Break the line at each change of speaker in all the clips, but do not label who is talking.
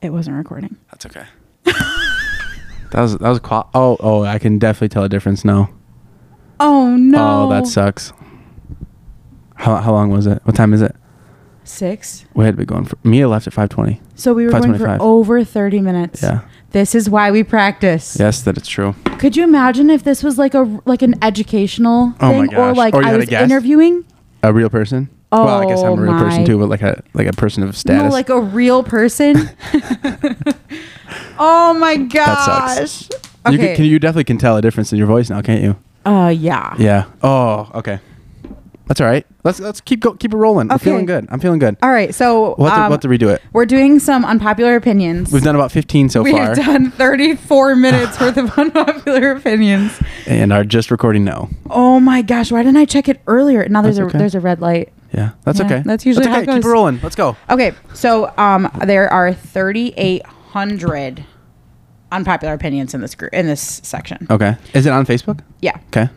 It wasn't recording.
That's okay.
That was that was qual- oh oh I can definitely tell a difference now.
Oh no.
Oh that sucks. How how long was it? What time is it?
Six.
We had been going for Mia left at five twenty.
So we were going for
5:25.
over 30 minutes.
Yeah.
This is why we practice.
Yes, that it's true.
Could you imagine if this was like a like an educational
Oh my
thing or
gosh.
like
Or you
I
had a
was
guest?
interviewing?
A real person. well, I guess I'm a real
Oh,
person
my.
too, but like a like a person of status.
No, like a real person. oh my gosh.
sucks. You can, can you definitely can tell a difference in your voice now, can't you?
uh yeah.
Yeah. Oh, okay. That's all right. Let's let's keep go, keep it rolling. I'm
Okay.
feeling good. I'm feeling good.
All right, so
We'll have, to,
um,
we'll have to redo it.
we're doing some unpopular opinions.
We've done about 15 so
we
far,
have done 34 minutes worth of unpopular opinions.
and are just recording now.
Oh my gosh, why didn't I check it earlier? Now there's
That's
a
okay.
there's a red light.
Yeah, that's
Yeah,
okay.
that's usually how it
okay. Keep
goes.
it rolling. Let's go.
Okay, so um, there are 3,800 unpopular opinions in this group in this section.
Okay. Is it on Facebook?
Yeah.
Okay.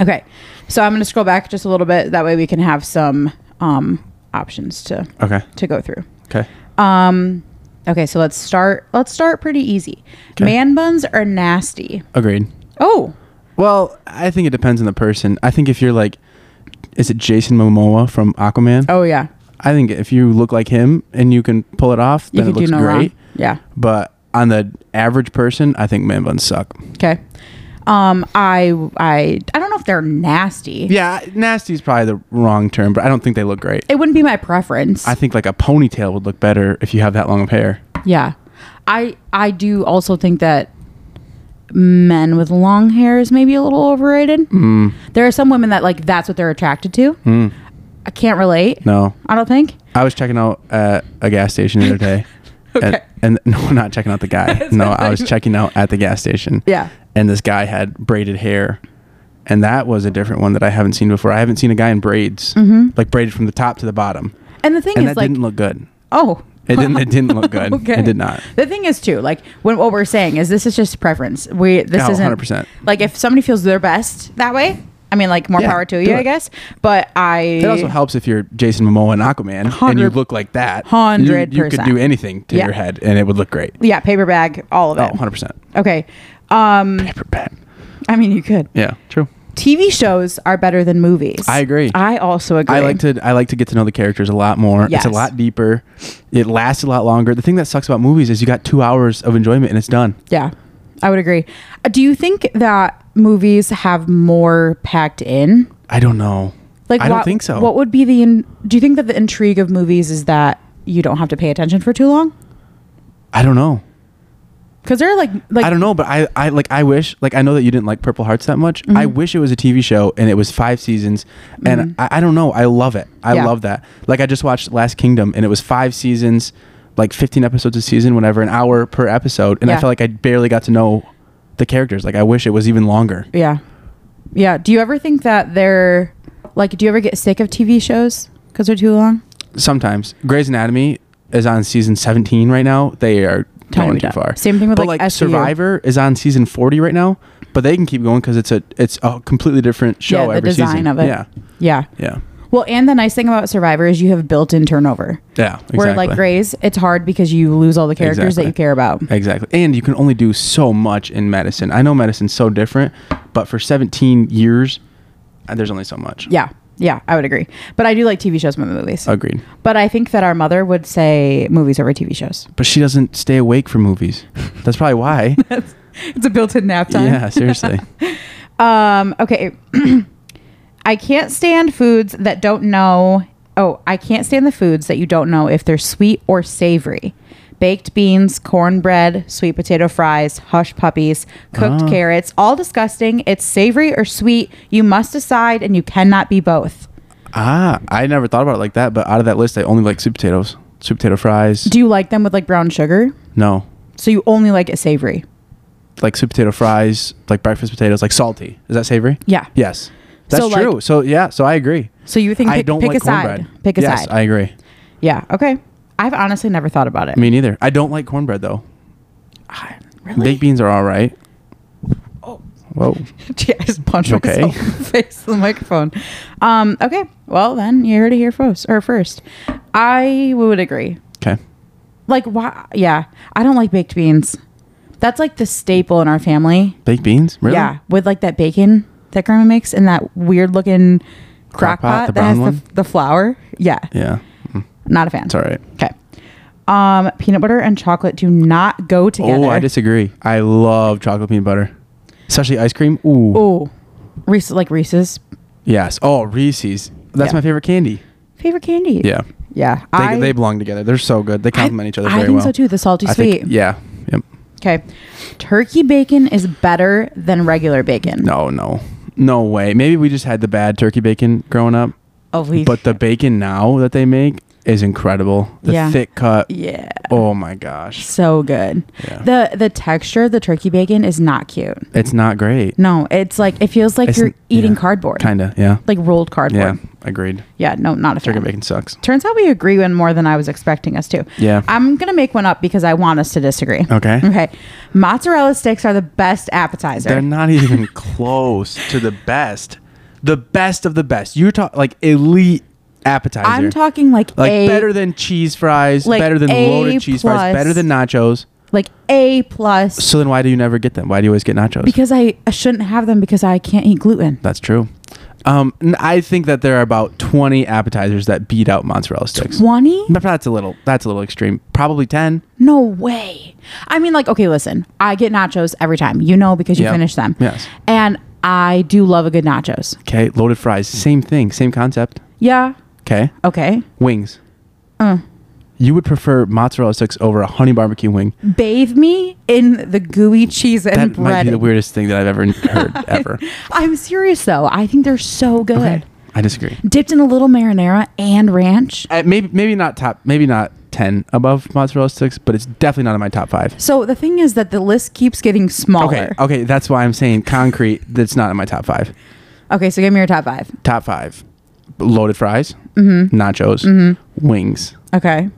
Okay. So I'm going to scroll back just a little bit. That way we can have some um, options to
Okay.
to go through.
Okay.
Um, okay, so let's start. Let's start pretty easy.
Okay.
Man buns are nasty.
Agreed.
Oh,
Well, I think it depends on the person. I think if you're like, is it Jason Momoa from Aquaman?
oh yeah.
I think if you look like him and you can pull it off,
You
then
can
it
do
looks
no
great.
wrong. Yeah.
But on the average person, I think man buns suck.
Okay. Um, I I I don't know if they're nasty.
Yeah, nasty is probably the wrong term, but I don't think they look great.
It wouldn't be my preference.
I think like a ponytail would look better if you have that long of hair.
Yeah. I I do also think that men with long hair is maybe a little overrated.
Mm.
There are some women that like that's what they're attracted to. I can't relate.
No,
I don't think.
I was checking out at a gas station the other day.
Okay.
And, and no, not checking out the guy. no, I was checking out at the gas station.
Yeah.
And this guy had braided hair. And that was a different one that I haven't seen before. I haven't seen a guy in braids,
Mm-hmm.
like braided from the top to the bottom.
And the thing
And
is
that
like
didn't look good.
oh
It didn't. It didn't look good. It did not.
The thing is too, like when what we're saying is this is just preference. We this
Oh,
isn't
100%.
like if somebody feels their best that way, I mean like more
Yeah,
power to
do
you, I
it.
guess. But I
It also helps if you're Jason Momoa and Aquaman, and you
Hundred-
look like that. You-
hundred
You, could
percent.
do anything to
Yeah.
your head, and it would look great.
yeah, paper bag, all of
Oh,
it.
100 percent.
Okay. Um I mean you could.
Yeah, true.
TV shows are better than movies.
I agree.
I also agree.
I like to I like to get to know the characters a lot more. It's
Yes.
a lot deeper. It lasts a lot longer. The thing that sucks about movies is you got two hours of enjoyment and it's done.
Yeah, I would agree. Uh, Do you think that movies have more packed in?
I don't know. I
what-
don't think so.
What would be the? In, do you think that the intrigue of movies is that you don't have to pay attention for too long?
I don't know.
Because they're like, like
I don't know, but I, I like I wish like I know that you didn't like Purple Hearts that much. I
Mm-hmm.
wish it was a TV show and it was five seasons. And I, I don't know, I love it. I
Yeah.
love that. Like I just watched Last Kingdom and it was five seasons, like fifteen episodes a season, whatever, an hour per episode. And
Yeah.
I felt like I barely got to know the characters. Like I wish it was even longer.
yeah, yeah. Do you ever think that they're like? Do you ever get sick of TV shows because they're too long?
sometimes Grey's Anatomy is on season 17 right now. They are
Time
going
it
too
up.
far.
Same thing with,
but
like,
like,
SVU.
Survivor is on season 40 right now, but they can keep going because it's a it's a completely different show
yeah, the
every
design
season.
of it.
Yeah,
yeah.
yeah,
Well, and the nice thing about Survivor is you have built-in turnover.
yeah. Exactly.
Where like Grays, it's hard because you lose all the characters that
Exactly.
you care about.
Exactly, and you can only do so much in medicine. I know medicine's so different, but for 17 years, uh, there's only so much.
Yeah, yeah, I would agree. But I do like TV shows more than movies.
Agreed.
But I think that our mother would say movies over TV shows.
But she doesn't stay awake for movies. That's probably why.
It's a built-in nap
yeah, seriously.
Um. Okay. I can't stand foods that don't know. Oh, I can't stand the foods that you don't know if they're sweet or savory. Baked beans, cornbread, sweet potato fries, hush puppies, cooked
Ah.
carrots, all disgusting. It's savory or sweet. You must decide, and you cannot be both.
Ah, I never thought about it like that, but out of that list, I only like sweet potatoes, sweet potato fries.
Do you like them with like brown sugar?
no,
So you only like it savory.
like sweet potato fries, like breakfast potatoes, like salty. Is that savory?
Yeah.
Yes, that's
So, like-
true. so yeah, so I agree.
So you think
I
pick,
don't
pick
like
a side.
cornbread.
Pick a
yes,
side.
I agree.
yeah. Okay. I've honestly never thought about it.
Me neither. I don't like cornbread though.
I- really?
Baked beans are all right.
Oh.
Whoa.
Gee, I just punched
Okay.
myself in the face with the microphone. Um, okay. Well, then you heard it here first. Or first, I would agree.
Okay.
Like why? Yeah, I don't like baked beans. That's like the staple in our family.
Baked beans? Really?
Yeah, with like that bacon that grandma makes and that weird looking crock
Crock pot,
pot,
the
that has
brown
the,
one?
the flour. Yeah,
Yeah. Mm,
not a fan.
It's all right.
Okay. Um, peanut butter and chocolate do not go together.
Oh, I disagree. I love chocolate peanut butter, especially ice cream. Ooh.
Oh, Reese like Reese's
Yes. Oh, Reese's. That's
Yeah.
my favorite candy.
favorite candy.
Yeah.
yeah.
They, they belong together. They're so good. They complement each other
I
very
think
well.
so too. The salty
I
sweet.
think- yeah. Yep.
Okay. Turkey bacon is better than regular bacon.
No, no. No way. Maybe we just had the bad turkey bacon growing up,
Oh, we,
but the bacon now that they make is incredible. The
Yeah.
thick cut.
yeah,
Oh my gosh.
so good.
Yeah.
The the texture of the turkey bacon is not cute.
It's not great.
No, it's like it feels like
It's-
you're eating
yeah.
cardboard.
Kinda. Yeah.
Like rolled
Yeah.
cardboard.
Agreed.
Yeah, no, not a
Turkey
fan.
bacon sucks.
Turns out we agree on more than I was expecting us to.
Yeah.
I'm going to make one up because I want us to disagree.
Okay.
Okay. Mozzarella sticks are the best appetizer.
They're not even close to the best. The best of the best. You're talking like elite appetizer.
I'm talking like,
like
a
better than cheese fries,
like
better than
A
loaded cheese
plus.
fries, better than nachos.
like A plus
So then why do you never get them? Why do you always get nachos?
because I, I shouldn't have them because I can't eat gluten.
That's true. Um, n- I think that there are about 20 appetizers that beat out mozzarella sticks.
20?
But that's a little that's a little extreme. Probably 10.
No way. I mean, like, okay, listen, I get nachos every time, you know, because you
Yeah.
finish them.
Yes.
And I do love a good nachos.
Okay, loaded fries, same thing, same concept.
Yeah.
Okay.
Okay.
Wings.
Uh.
You would prefer mozzarella sticks over a honey barbecue wing.
Bathe me in the gooey cheese and
That might
bread.
be the weirdest thing that I've ever heard ever.
I'm serious though. I think they're so good.
Okay. I disagree.
Dipped in a little marinara and ranch.
Uh, maybe maybe not top maybe not 10 above mozzarella sticks, but it's definitely not in my top 5.
So the thing is that the list keeps getting smaller.
Okay. uh, Okay, that's why I'm saying concrete that's not in my top 5.
Okay, so give me your top five.
top five loaded fries
Mm-hmm.
nachos wings
Okay.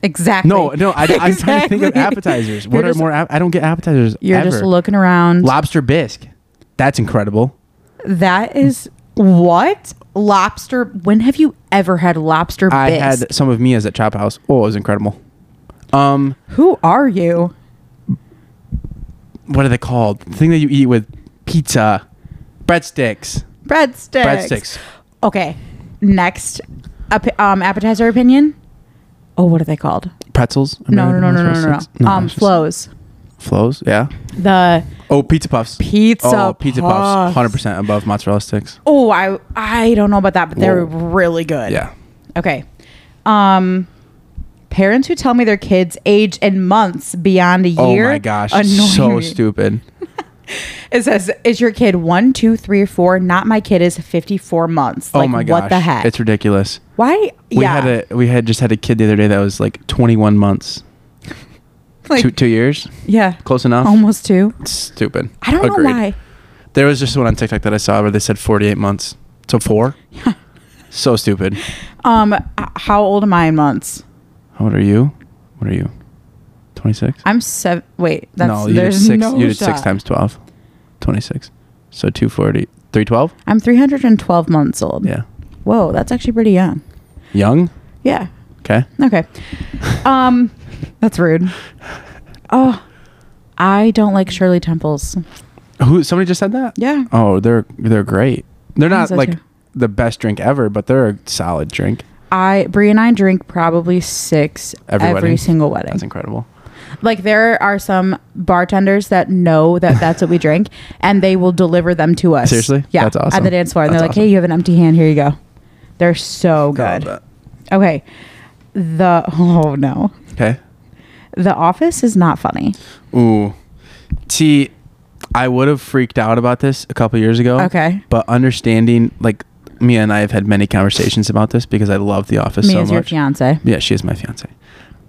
Exactly.
no no I, i'm trying to think of
Exactly.
appetizers
You're
what are
just-
more app- i don't get appetizers
You're
ever.
just looking around.
lobster bisque that's incredible
that is what lobster. When have you ever had lobster?
i
bisque?
had some of mia's at chop house oh it was incredible um
Who are you?
what are they called the thing that you eat with pizza breadsticks
Breadsticks.
breadsticks
Okay. Next, ap- um, appetizer opinion. Oh, what are they called?
pretzels
No, no, no, no, no, no,
Breadsticks?
no. Um,
it's just-
flows.
flows yeah
The
oh pizza puffs
Pizza
oh pizza puffs
puffs.
100% above mozzarella sticks
oh, I I don't know about that, but they're
Whoa.
really good.
yeah
Okay. Um, parents who tell me their kids' age in months beyond a
oh
year.
my gosh
annoy
so
me.
stupid
It says, "Is your kid one, two, three, or four? Not my kid is fifty-four months.
Oh
like,
my gosh.
What the heck?
It's ridiculous.
Why?
We
yeah.
had a we had just had a kid the other day that was like 21 months.
like,
two two years?
yeah.
Close enough.
Almost two.
Stupid.
I don't
Agreed.
know why.
There was just one on TikTok that I saw where they said 48 months. So 4? so stupid.
Um, h- how old am I in months?
How old are you? What are you? 26?
I'm seven. Wait, that's
no, you did
there's
six
no
you did
shot.
6 times 12. 26. So 240 312?
I'm 312 months old.
Yeah.
Whoa, that's actually pretty young.
Young?
Yeah.
Okay.
Okay. Um, that's rude. Oh, I don't like Shirley Temples.
Who somebody just said that?
Yeah.
Oh, they're they're great. They're
I think
not
so,
like
too.
the best drink ever, but they're a solid drink.
I Brie and I drink probably six
Every
every,
wedding?
single wedding.
That's incredible.
like there are some bartenders that know that that's what we drink, and they will deliver them to us.
Seriously?
Yeah,
That's awesome.
At the dance floor, and they're
That's
like, "Hey,
awesome.
you have an empty hand. Here you go." They're so
Love
good.
that.
Okay. The oh no,
Okay.
The Office is not funny.
Ooh. See, I would have freaked out about this a couple years ago.
Okay.
But understanding, like, Mia and I have had many conversations about this because I love The Office
Me
so
as
much.
your fiance.
Yeah, she is my fiance.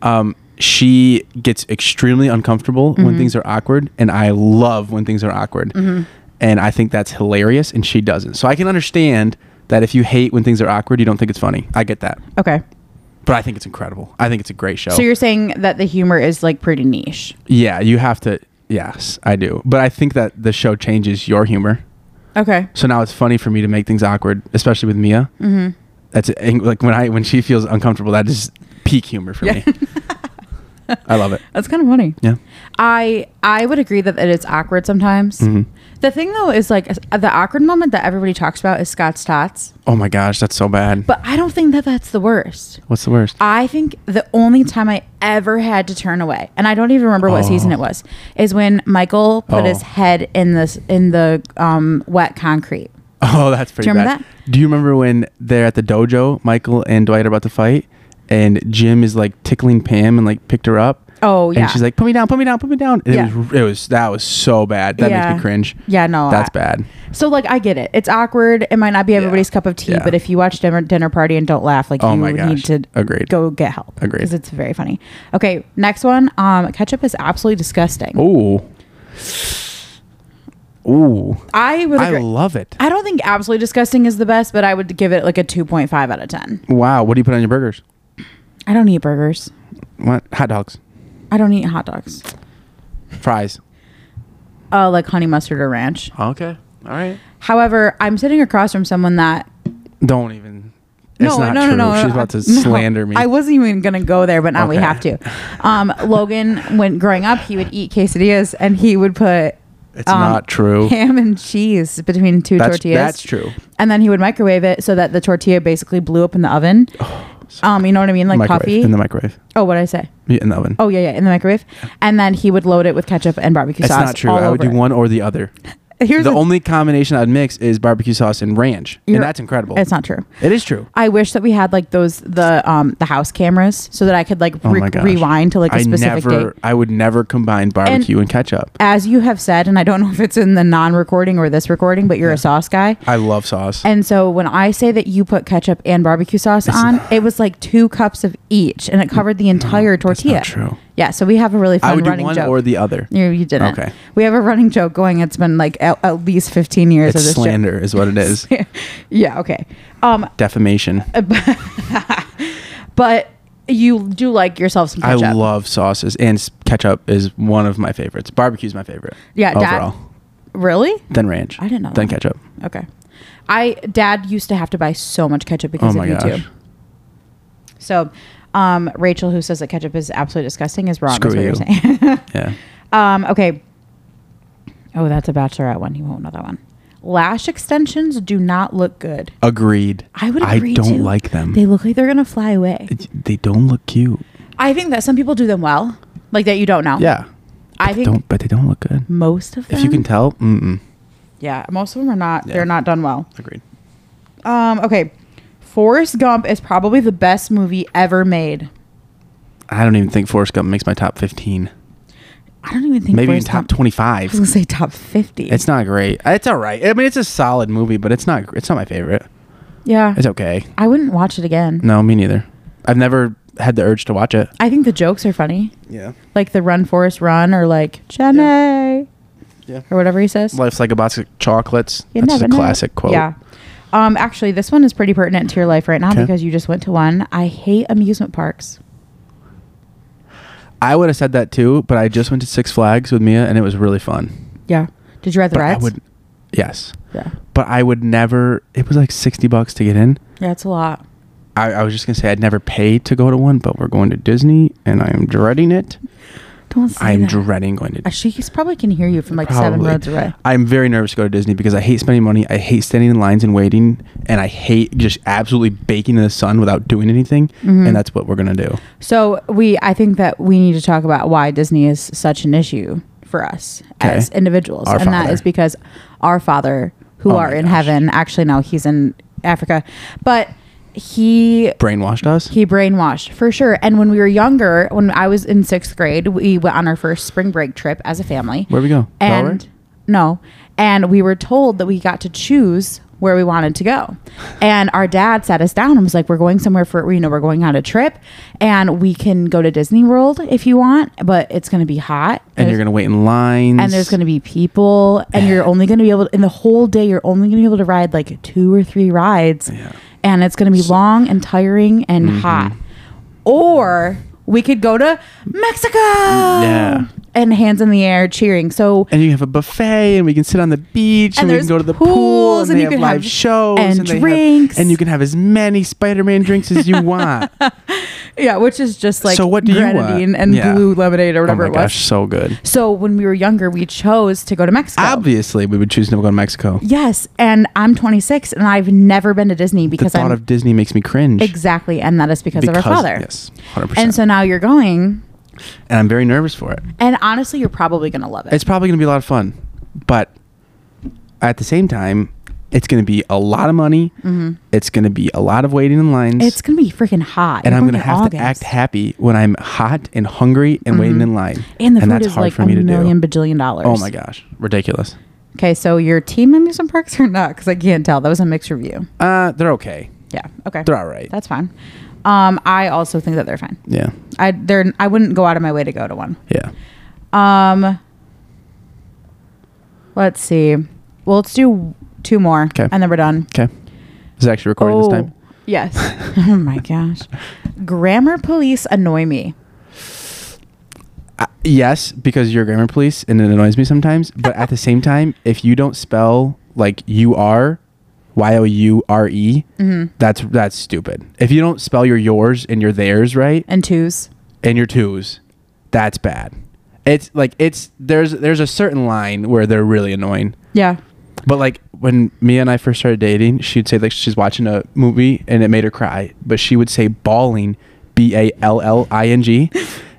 Um, she gets extremely uncomfortable
Mm-hmm.
when things are awkward, and I love when things are awkward. And I think that's hilarious, and she doesn't. So I can understand that if you hate when things are awkward, you don't think it's funny. I get that.
Okay.
But I think it's incredible. I think it's a great show.
So you're saying that the humor is like pretty niche.
Yeah, you have to. Yes, I do. But I think that the show changes your humor.
Okay.
So now it's funny for me to make things awkward, especially with Mia. Mm-hmm. That's ang- like when I when she feels uncomfortable. That is peak humor for me. I love it.
That's kind of funny.
Yeah.
I I would agree that, that it's awkward sometimes.
Mm-hmm.
The thing though is like the awkward moment that everybody talks about is Scott's tots,
Oh my gosh, that's so bad.
but I don't think that that's the worst.
What's the worst?
I think the only time I ever had to turn away, and I don't even remember what
Oh.
season it was, is when Michael put
Oh.
his head in this in the um, wet concrete.
Oh, that's pretty
Do you remember
bad. Do you remember when they're at the dojo, Michael and Dwight are about to fight, and Jim is like tickling Pam and like picked her up?
Oh yeah,
And she's like, put me down, put me down, put me down. And
Yeah.
it, was, it was, that was so bad. That
Yeah.
makes me cringe.
Yeah, no,
That's
I-
bad.
So like I get it. It's awkward. It might not be everybody's cup of tea,
Yeah.
but if you watch dinner dinner party and don't laugh, like
Oh
you
my
need
gosh.
to
Agreed.
go get help.
Agreed.
Because it's very funny. Okay, next one. Um ketchup is absolutely disgusting.
Ooh. Ooh.
I would
I
agree. I,
love it.
don't think absolutely disgusting is the best, but I would give it like a two point five out of ten.
Wow. What do you put on your burgers?
I don't eat burgers.
What? Hot dogs,
I don't eat hot dogs.
fries.
Uh like honey mustard or ranch.
Okay. All right.
However, I'm sitting across from someone that
Don't even. It's not true. She's about to
no.
slander me.
I wasn't even gonna go there, but now we
Okay.
have to. Um, Logan, when growing up, he would eat quesadillas and he would put
it's
um,
not true.
ham and cheese between two
That's,
tortillas.
that's true.
And then he would microwave it so that the tortilla basically blew up in the oven. um, you know what I mean, like
Oh, microwave.
puffy.
In the microwave.
oh, what did I say?
Yeah, in the oven.
Oh yeah, yeah, in the microwave. And then he would load it with ketchup and barbecue
That's
sauce.
not true.
all
I would do
over it.
one or the other.
Here's
the only combination I'd mix is barbecue sauce and ranch,
You're-
and that's incredible.
It's not true.
It is true.
I wish that we had like those the um the house cameras so that I could like
Oh
re-
my gosh.
rewind to like a
I
specific
never,
date.
I would never combine barbecue and, ketchup.
As you have said, and I don't know if it's in the non-recording or this recording, but you're a sauce guy.
I love sauce.
And so when I say that you put ketchup and barbecue sauce on, it was like two cups of each, and it covered the entire tortilla.
Mm. not true.
Yeah, so we have a really fun
I would do
running
one
joke.
or the other.
you, you didn't.
Okay.
We have a running joke going. It's been like at, at least 15 years of
It's
this joke.
slander, is what it is.
yeah. Okay. Um,
Defamation.
but you do like yourself some
I
ketchup.
love sauces, and s- ketchup is one of my favorites. Barbecue's my favorite.
Yeah, Dad-
overall.
Really?
Then ranch.
I didn't know
Then
that.
ketchup.
Okay. I dad used to have to buy so much ketchup
Oh
because
my
of you
gosh.
too. So, um, Rachel, who says that ketchup is absolutely disgusting, is wrong.
Screw
is what you. are
you.
saying.
Yeah.
um, okay. Oh, that's a bachelorette one. You won't know that one. Lash extensions do not look good.
Agreed.
I would. Agree
I don't
too.
like them.
They look like they're gonna fly away.
It- they don't look cute.
I think that some people do them well, like that you don't know.
Yeah.
I
They
think
don't, but they don't look good.
most of them.
If you can tell, mm-mm.
yeah, most of them are not.
Yeah.
They're not done well.
Agreed.
Um, okay. Forrest Gump is probably the best movie ever made.
I don't even think Forrest Gump makes my top 15.
I don't even think
Maybe even
Forrest
top
Gump- I was
25.
gonna say top fifty.
It's not great. It's all right. I mean, it's a solid movie, but it's not. It's not my favorite.
yeah.
It's okay.
I wouldn't watch it again.
No, me neither. I've never had the urge to watch it.
I think the jokes are funny,
Yeah.
like the Run Forrest Run or like Jenny
Yeah.
or whatever he says.
Life's like a box of chocolates.
You
That's
never
a
know.
classic quote.
Yeah. Um, actually, this one is pretty pertinent to your life right now
'Kay.
because you just went to one. I hate amusement parks.
I would have said that too, but I just went to Six Flags with Mia, and it was really fun.
Yeah. Did you ride the
But I
rides?
would, yes,
yeah.
but I would never. It was like sixty bucks to get in.
Yeah, it's a lot.
I, I was just gonna say I'd never pay to go to one, but we're going to Disney, and I am dreading it.
Don't say
I am
that.
dreading going to.
Uh, She he's probably can hear you from like seven
Probably.
roads away.
I'm very nervous to go to Disney because I hate spending money. I hate standing in lines and waiting, and I hate just absolutely baking in the sun without doing anything.
Mm-hmm.
And that's what we're gonna do.
So we, I think that we need to talk about why Disney is such an issue for us
Okay.
as individuals,
Our
and that
Father.
is because our Father, who
Oh
are
my
in
gosh.
heaven, actually no, he's in Africa, but he
Brainwashed us.
he brainwashed for sure. And when we were younger, when I was in sixth grade, we went on our first spring break trip as a family.
Where we go? Delaware?
And no, and we were told that we got to choose where we wanted to go. And our dad sat us down and was like, "We're going somewhere for you know we're going on a trip, and we can go to Disney World if you want, but it's going to be hot
and you're gonna wait in lines.
and there's going to be people and you're only going to be able to, in the whole day you're only going to be able to ride like two or three rides
Yeah. Mm-hmm.
and it's going to be long and tiring and hot or we could go to mexico
Yeah.
and hands in the air cheering. So
And you have a buffet, and we can sit on the beach, and,
And
we
there's
can go to the pool,
pools,
and,
and
they
you
have
can
live
have-
shows
and
they have-
drinks.
and you can have as many Spider-Man drinks as you want.
yeah, which is just like
So what do you want?
grenadine and
Yeah.
blue lemonade or
oh
whatever
my
it was.
gosh, so good.
So when we were younger, we chose to go to Mexico.
Obviously, we would choose to go to Mexico.
yes, and I'm 26 and I've never been to Disney
The
because
thought
I'm
of Disney makes me cringe.
exactly, and that is because, of our father.
Yes, hundred
and
percent.
so now you're going,
And I'm very nervous for it.
and honestly, you're probably gonna love it.
It's probably going to be a lot of fun, but at the same time, it's going to be a lot of money. It's going to be a lot of waiting in lines.
Mm-hmm. It's gonna be freaking hot,
and
You're
I'm
going
gonna have to
August. Mm-hmm.
act happy when I'm hot and hungry and waiting in line.
And the food is like a million bajillion dollars.
Oh my gosh, ridiculous.
Okay, so your team amusement parks or not? Because I can't tell. That was a mixed review.
Uh, they're okay.
Yeah. Okay.
They're all right.
That's fine. Um, I also think that they're fine.
Yeah,
I they're I wouldn't go out of my way to go to one.
yeah.
Um, let's see. Well, let's do two more,
'Kay.
and then we're done.
Okay. Is it actually recording
Oh.
this time?
yes. oh my gosh, grammar police annoy me.
Uh, yes, because you're grammar police and it annoys me sometimes. But at the same time, if you don't spell like you are, Y O U R E,
Mm-hmm.
that's that's stupid. If you don't spell your yours and your theirs right,
And twos.
and your twos, that's bad. It's like it's there's there's a certain line where they're really annoying.
Yeah.
But like when Mia and I first started dating, she'd say like she's watching a movie and it made her cry, but she would say bawling, B A L L I N G.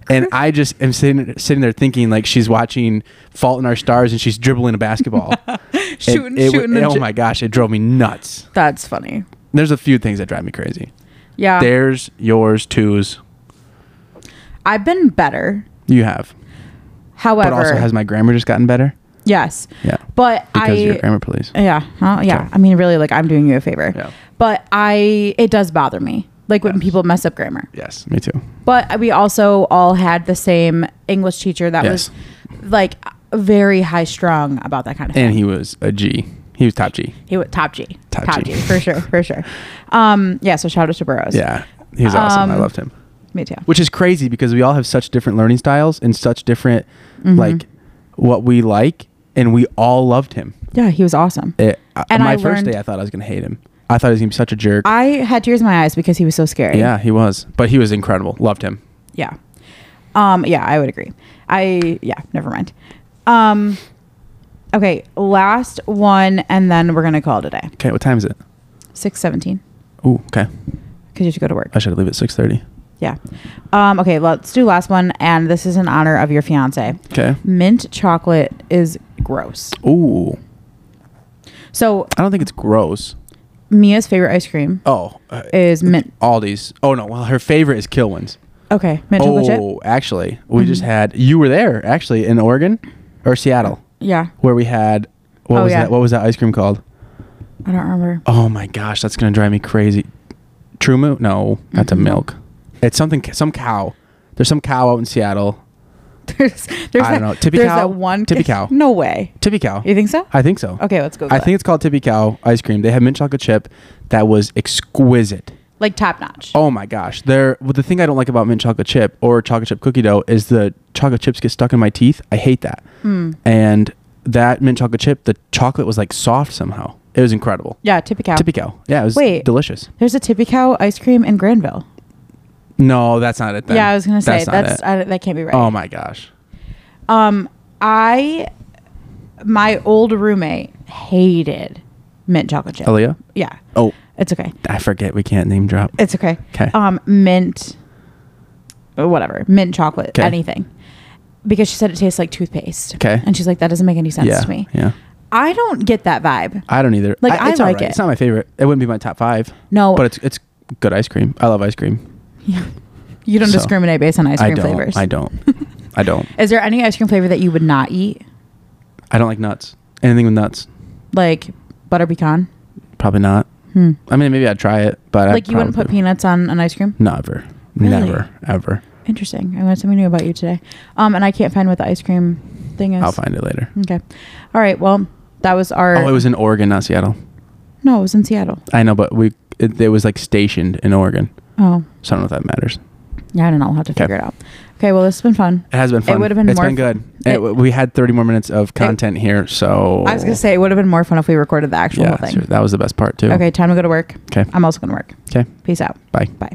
And I just am sitting sitting there thinking like she's watching Fault in Our Stars and she's dribbling a basketball. It-
Shooting-
it,
shooting the
Oh
j-
my gosh, it drove me nuts.
That's funny.
There's a few things that drive me crazy.
Yeah.
Theirs, yours, twos.
I've been better.
You have,
However,
but also has my grammar just gotten better?
yes,
Yeah,
but I
because you're grammar police.
Yeah. Huh? Yeah.
Okay.
I mean, really, like I'm doing you a favor.
Yeah.
But I, it does bother me, like when
Yes.
people mess up grammar.
Yes, me too.
But we also all had the same English teacher that
Yes.
was like very high strung about that kind of
And
thing.
he was a G. He was top G.
He was top G.
Top G.
for sure, for sure. Um, yeah. So shout out to Burrows.
Yeah, he was awesome. I
Um,
loved him.
Me too.
which is crazy because we all have such different learning styles and such different
Mm-hmm.
like what we like and we all loved him
Yeah, he was awesome.
it, I-
And
my
I
first
learned-
day i thought i was gonna hate him i thought he was gonna be such a jerk
I had tears in my eyes because he was so scary.
yeah he was but he was incredible loved him
Yeah. Um, yeah, I would agree. I yeah, never mind. Um Okay, last one and then we're gonna call it a day.
okay what time is it
Six seventeen.
Ooh, okay
Because you have to go to work.
i should leave at 6.30
Yeah. Um, okay, let's do last one and this is in honor of your fiance.
okay
Mint chocolate is gross.
Ooh,
So
i don't think it's gross
Mia's favorite ice cream
oh uh,
is mint
aldi's oh no well her favorite is kilwins
okay, mint chocolate chip.
oh actually we just
Mm-hmm.
had you were there actually in oregon or seattle
Yeah.
where we had what
Oh,
was
yeah.
that what was that ice cream called
I don't remember.
Oh my gosh, that's gonna drive me crazy. True moo? No, that's a
Mhm.
milk. It's something. Some cow. There's some cow out in Seattle.
There's there's
I
that,
don't know. Tippy
there's
Cow?
that one
Tippy Cow.
No way.
Tippy cow.
You think so?
I think so.
Okay, let's go.
I think it's called Tippy Cow ice cream. They have mint chocolate chip that was exquisite.
like top notch.
Oh my gosh. There. Well, the thing I don't like about mint chocolate chip or chocolate chip cookie dough is the chocolate chips get stuck in my teeth. I hate that.
Mm.
And that mint chocolate chip, the chocolate was like soft somehow. It was incredible.
Yeah, Tippy Cow.
Tippy cow. Yeah, it was
Wait.
delicious.
There's a Tippy Cow ice cream in Granville.
No, that's not it. Then.
yeah, I was gonna say
not it.
that's, I, that can't be right.
Oh my gosh.
Um, I my old roommate hated mint chocolate chip.
Aaliyah?
Yeah,
Oh,
it's okay.
I forget we can't name drop.
It's okay.
'Kay.
Um, mint, uh, whatever, mint chocolate,
'Kay.
anything, because she said it tastes like toothpaste.
'Kay.
and she's like, that doesn't make any sense
yeah,
to me.
yeah.
I don't get that vibe.
I don't either.
Like, I
it's all
like
right.
it.
It's not my favorite. It wouldn't be my top five.
No.
but it's it's good ice cream. I love ice cream.
Yeah, you don't
So,
discriminate based on ice cream
I don't.
flavors.
I don't. I don't.
Is there any ice cream flavor that you would not eat?
I don't like nuts. Anything with nuts,
Like butter pecan?
probably not.
Hmm.
I mean, maybe I'd try it, but I
like you wouldn't put
probably-
peanuts on an ice cream?
Never,
Really?
never, ever.
Interesting. I learned something new about you today. Um, and I can't find what the ice cream thing is.
I'll find it later.
Okay. All right. Well, that was our.
Oh, it was in Oregon, not Seattle.
No, it was in Seattle.
I know, but we it, it was like stationed in Oregon,
Oh,
so I don't know if that matters.
Yeah, I don't know. We'll have to
Okay.
figure it out. Okay, well, this has been fun.
It has been fun.
would've been
It's
more
been
fun.
good. It-
It-
we had 30 more minutes of content here, so
I was going to say, it would have been more fun if we recorded the actual
Oh. yeah,
whole thing.
sure. that was the best part too.
Okay, time to go to work.
Okay.
I'm also going to work.
Okay.
Peace out.
Bye.
Bye.